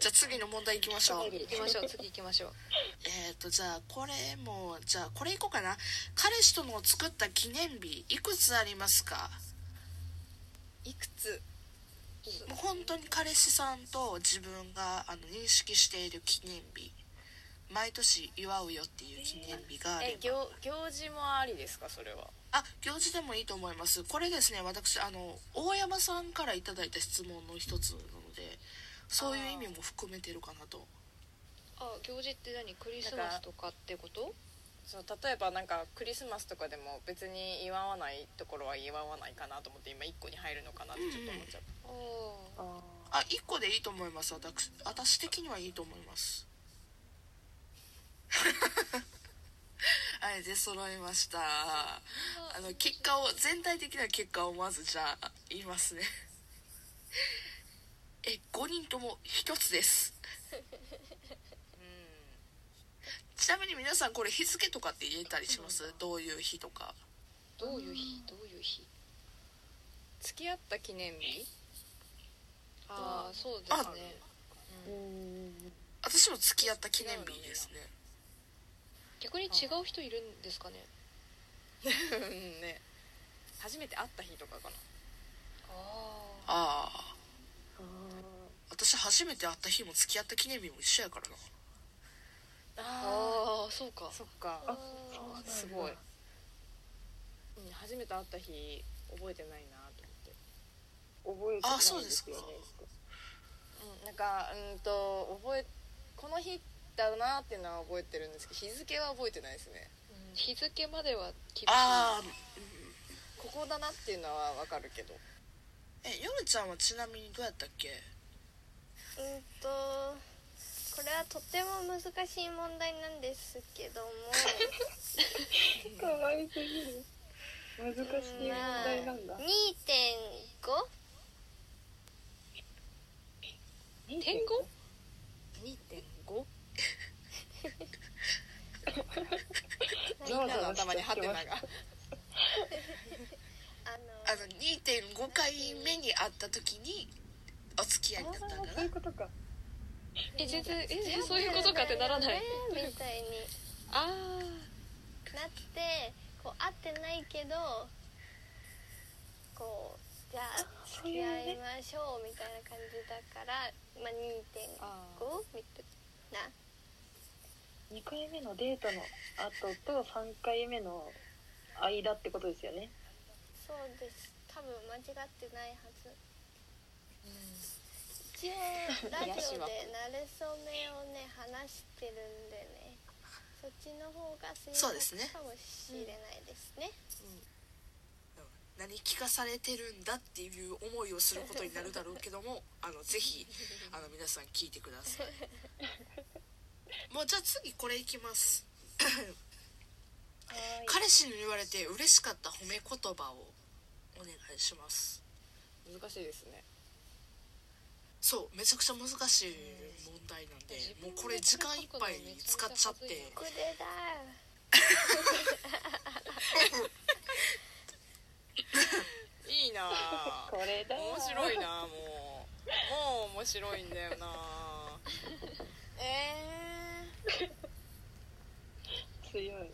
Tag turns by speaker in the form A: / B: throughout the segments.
A: じゃあ次の問題いきましょう
B: 次行きましょう次行きましょう
A: えっ、とじゃあこれもじゃあこれいこうかな彼氏との作った記念日いくつありますか
B: いくつ
A: もう本当に彼氏さんと自分があの認識している記念日毎年祝うよっていう記念日があれ
B: え
A: ば
B: 行行事もありですかそれは
A: あ行事でもいいと思いますこれですね私あの大山さんからいただいた質問の一つなのでそういう意味も含めてるかなと
C: あ行事って何クリスマスとかってこと
B: そう例えばなんかクリスマスとかでも別に祝わないところは祝わないかなと思って今1個に入るのかなってちょっと思っちゃっ
C: あ
B: た、
C: あ
A: あ一個でいいと思います私私的にはいいと思います はいで揃いましたあの結果を全体的な結果をまずじゃあ言いますね え5人とも1つです
B: うん
A: ちなみに皆さんこれ日付とかって言えたりしますどういう日とか
C: どういう日どういう日
B: 付き合った記念日
C: ああそうですね
A: 私も付き合った記念日ですね
C: 逆に違う人いるんですかね
B: うんね初めて会った日とかかな
C: あ
A: ああ私初めて会った日も付き合った記念日も一緒やからな
B: あ
C: ああそうか
B: そっか
C: あー
B: すごい、うん、初めて会った日覚えてないなと思って
D: 覚えてない
A: あそうですか
D: よね
B: うん、なんかうんと覚えこの日だなっていうのは覚えてるんですけど日付は覚えてないですね
C: うん日付までは厳しい
A: ああ
B: ここだなっていうのはわかるけど
A: えヨルちゃんはちなみにどうやったっけ
E: うんとこれはとても難しい問題なんですけ ども
D: かわいすぎる難しい問題なんだ
E: 2.5
C: 点五
B: 2.5み
D: ゾワ
B: ん
D: ゾ
B: なの
D: ワし
B: 頭にハ
D: ち
B: テ
D: ゃ
B: ナ
D: っ
B: が
D: てま
E: あ
A: あ
E: の
A: の2.5回目に会った時にお付き合いになったん
D: すあーそ
A: かな
D: ういうことか
C: え全然えそういうことかってならない
E: そうだよねみたいに
C: あ
E: なってこう会ってないけどこうじゃあ付き合いましょうみたいな感じだから、まあ、
B: あー
E: 2.5みたいな
D: 2回目のデートの後と3回目の間ってことですよね
E: そうです多分間違ってないはず一応ラジオで慣れ初めをね話してるんでねそっちの方が正
A: そうですね
E: 確かもしれないですね
A: 何聞かされてるんだっていう思いをすることになるだろうけどもあのぜひあの皆さん聞いてくださいもうじゃあ次これいきます
D: はい
A: 彼氏に言われて嬉しかった褒め言葉をお願いします
B: 難しいですね
A: そうめちゃくちゃ難しい問題なんでもうこれ時間いっぱい使っちゃって
E: これだ
B: いいなあ
D: これだ
B: 面白いなあもうもう面白いんだよなあ え
D: 強い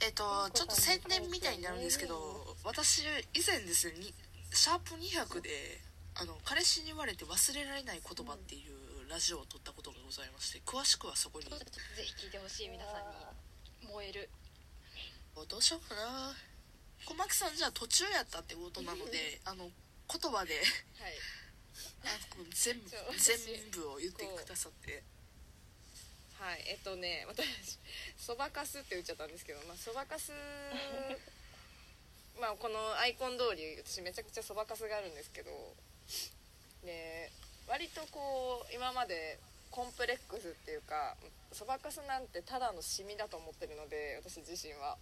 A: えっとちょっと宣伝みたいになるんですけど私以前ですねにシャープ200であの彼氏に言われて忘れられない言葉っていうラジオを撮ったことがございまして詳しくはそこに
C: ぜひ聞いてほしい皆さんに燃える
A: どうしようかな小牧さんじゃあ途中やったってことなのであの言葉で
B: ーはい
A: あの全部
B: ちょ私
A: 全部を言ってくださって
B: はい、えっとね、私そばかすって打っちゃったんですけど、まあそばかすまあこのアイコン通り私めちゃくちゃそばかすがあるんですけど、で割とこう今までコンプレックスっていうか、そばかすなんてただのシミだと思ってるので、私自身は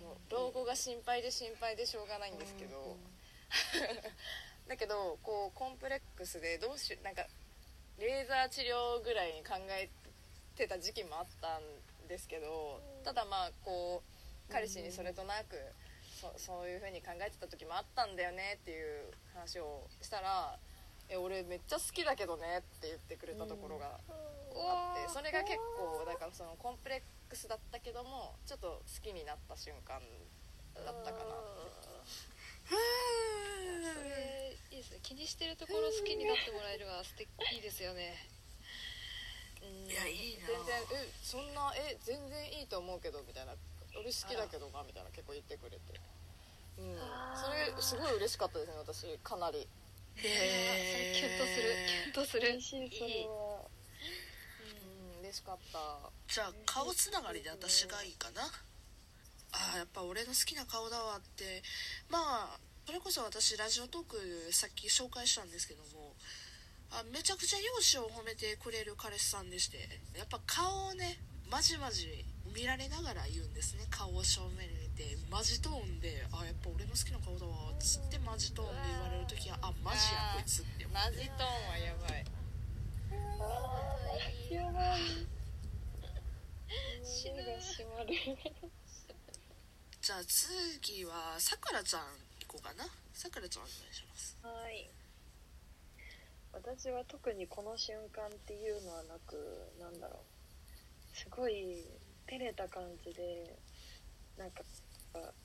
B: もう老後が心配で心配でしょうがないんですけど、だけどこうコンプレックスでどうしようなんかレーザー治療ぐらいに考えてた時期もあったんですけどただまあこう彼氏にそれとなくそそういうふうに考えてた時もあったんだよねっていう話をしたら「え俺めっちゃ好きだけどね」って言ってくれたところがあって、それが結構だからそのコンプレックスだったけどもちょっと好きになった瞬間だったかな
C: それいいですね気にしてるところ好きになってもらえるは素敵いいですよね
B: うん
A: いやいいな
B: 全然えそんなえ全然いいと思うけどみたいな俺好きだけどなみたいな結構言ってくれて、うん、それすごい嬉しかったですね私かなり
A: へ
C: いやそれキュンとするキュンとする
D: 嬉しいそれは
B: うん嬉しかった
A: じゃあ顔つながりで私がいいかなあーやっぱ俺の好きな顔だわってまあそれこそ私ラジオトークさっき紹介したんですけどもあめちゃくちゃ容姿を褒めてくれる彼氏さんでしてやっぱ顔をねまじまじ見られながら言うんですね顔を正面に見てマジトーンで「あーやっぱ俺の好きな顔だわ」っつってマジトーンで言われる時は「あマジやこいつ」って思う
B: マジトーンはやばい
D: や ばい
C: 死ぬ
D: 胸が締まる
A: じゃあ次はさくらちゃん行こうかなさくらちゃんお願いします
D: はい私は特にこの瞬間っていうのはなくなんだろうすごい照れた感じでなんか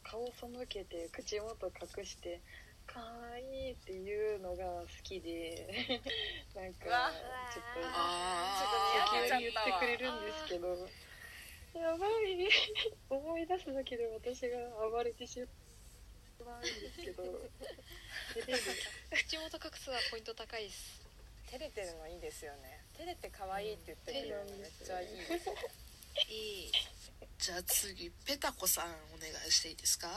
D: 顔背けて口元隠して「かわいい」っていうのが好きで なん
B: うわ
D: かちょっと
A: あ
B: ー
D: 急に言ってくれるんですけどやばい思い出すだけで私が暴れてしまうんです けど照れる
C: 口元隠すはポイント高いです
B: 照れてるのいいですよね照れて可愛いって言ってくれるのめっちゃいいですね
C: いい
A: じゃあ次ペタコさんお願いしていいですか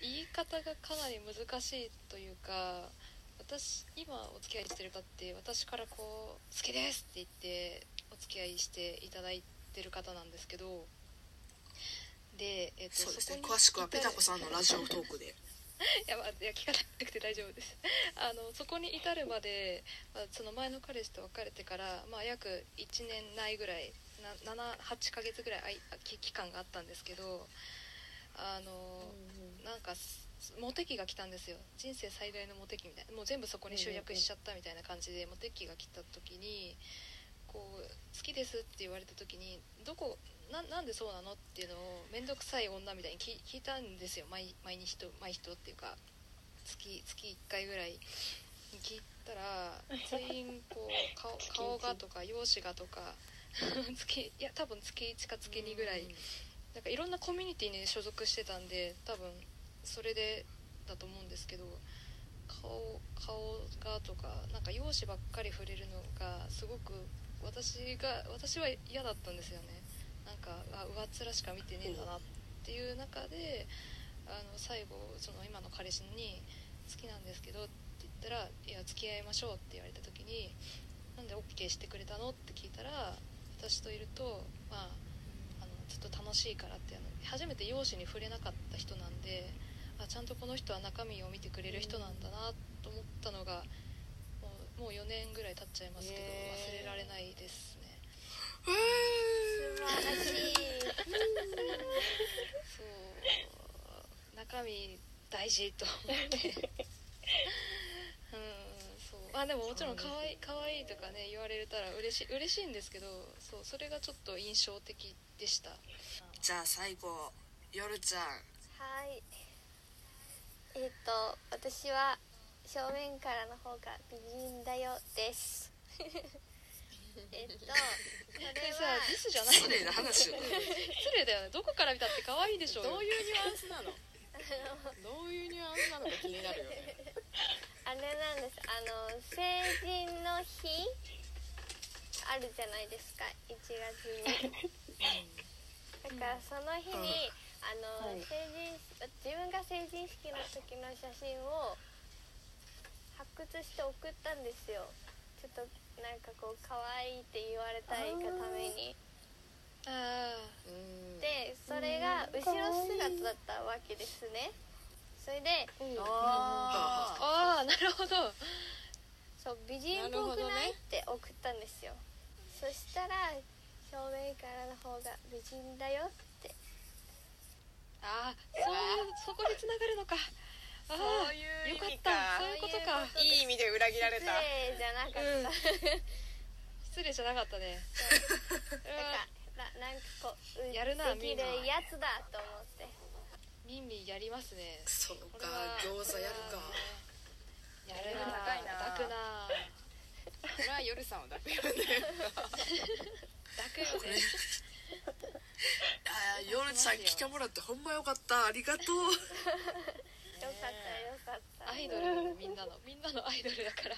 C: 言い方がかなり難しいというか私今お付き合いしてる方って私からこう「好きです」って言ってお付き合いしていただいてる方なんですけどで、えっと
A: そうですね
C: こに
A: 詳しくはペタコ
C: 至
A: さ
C: る
A: んのラジオトークで
C: いや,、まあ、いや聞かなくて大丈夫ですあのそこに至るまで、まあ、その前の彼氏と別れてから、まあ、約1年ないぐらい78ヶ月ぐらいあいあき期間があったんですけどあの、
D: 嗯
C: なんかすモテ期が来たんですよ人生最大のモテ期みたいなもう全部そこに集約しちゃったみたいな感じでモテ期が来た時にこう好きですって言われた時にどこななんでそうなのっていうのを面倒くさい女みたいに聞聞いたんですよ毎毎日と毎人っていうか月月1回ぐらいに聞いた ら全員こう顔
D: 月一
C: 顔がとか容姿がとか 月いや多分月1か月2ぐらいなんかいろんなコミュニティに所属してたんで多分それでだと思うんですけど顔顔がとかなんか容姿ばっかり触れるのがすごく私が私は嫌だったんですよねなんかあ上っ面しか見てねえんだなっていう中であの最後その今の彼氏に「好きなんですけど」って言ったら「いや付き合いましょう」って言われた時に「なんで OK してくれたの?」って聞いたら私といるとまああのずっと楽しいからってあの初めて容姿に触れなかった人なんであちゃんとこの人は中身を見てくれる人なんだなと思ったのがもうもう4年ぐらい経っちゃいますけど
B: ねえ
C: 忘れられないですねそう中身大事と思って うんそうまあでももちろん可愛い可愛いとかね言われたら嬉しい嬉しいんですけどそうそれがちょっと印象的でした
A: じゃあ最後夜ちゃん
E: はいえっ、と私は正面からの方が美人だよです えっとこ
C: こ
E: れ
C: れさ
E: は
C: ディスじゃない
A: 失礼な話を
C: 失礼だよねどこから見たって可愛いでしょ
B: どういうニュアンスなの どういうニュアンスなのか気になるよね
E: あれなんですあの成人の日あるじゃないですか1月 にだからその日に、あの、
D: はい
E: 成人自分が成人式の時の写真を発掘して送ったんですよちょっとなんかこう可愛いって言われたいがために
C: あ
B: うん
E: でそれが後ろ姿だったわけですねそれで
B: あー
C: ああーなるほど
E: そう美人っぽくない、って送ったんですよそしたら正面からの方が美人だよって
C: ああそういうそこに繋がるのか
B: そういう
C: よ
B: 意
C: かっ
B: 味か
C: たそういうことか
E: そう
B: いい意味で裏切られ
E: 失
B: た
E: 礼じゃなかった、
C: うん
E: なんか
C: 失礼じゃなかったね うわ
E: ななんかこう
C: やるな
E: できる
C: みんな
E: やつだと思って
C: ミンミンやりますね
A: そう
C: これ
A: か
C: は
A: 餃子やるか
C: やるな
B: 高いな
C: 抱くな
B: これは夜さんを抱くよね
C: 抱くよね
A: あーヨルちゃん来てもらってほんまよかったありがとう
E: よかったよかった
C: アイドルみんなのみんなのアイドルだから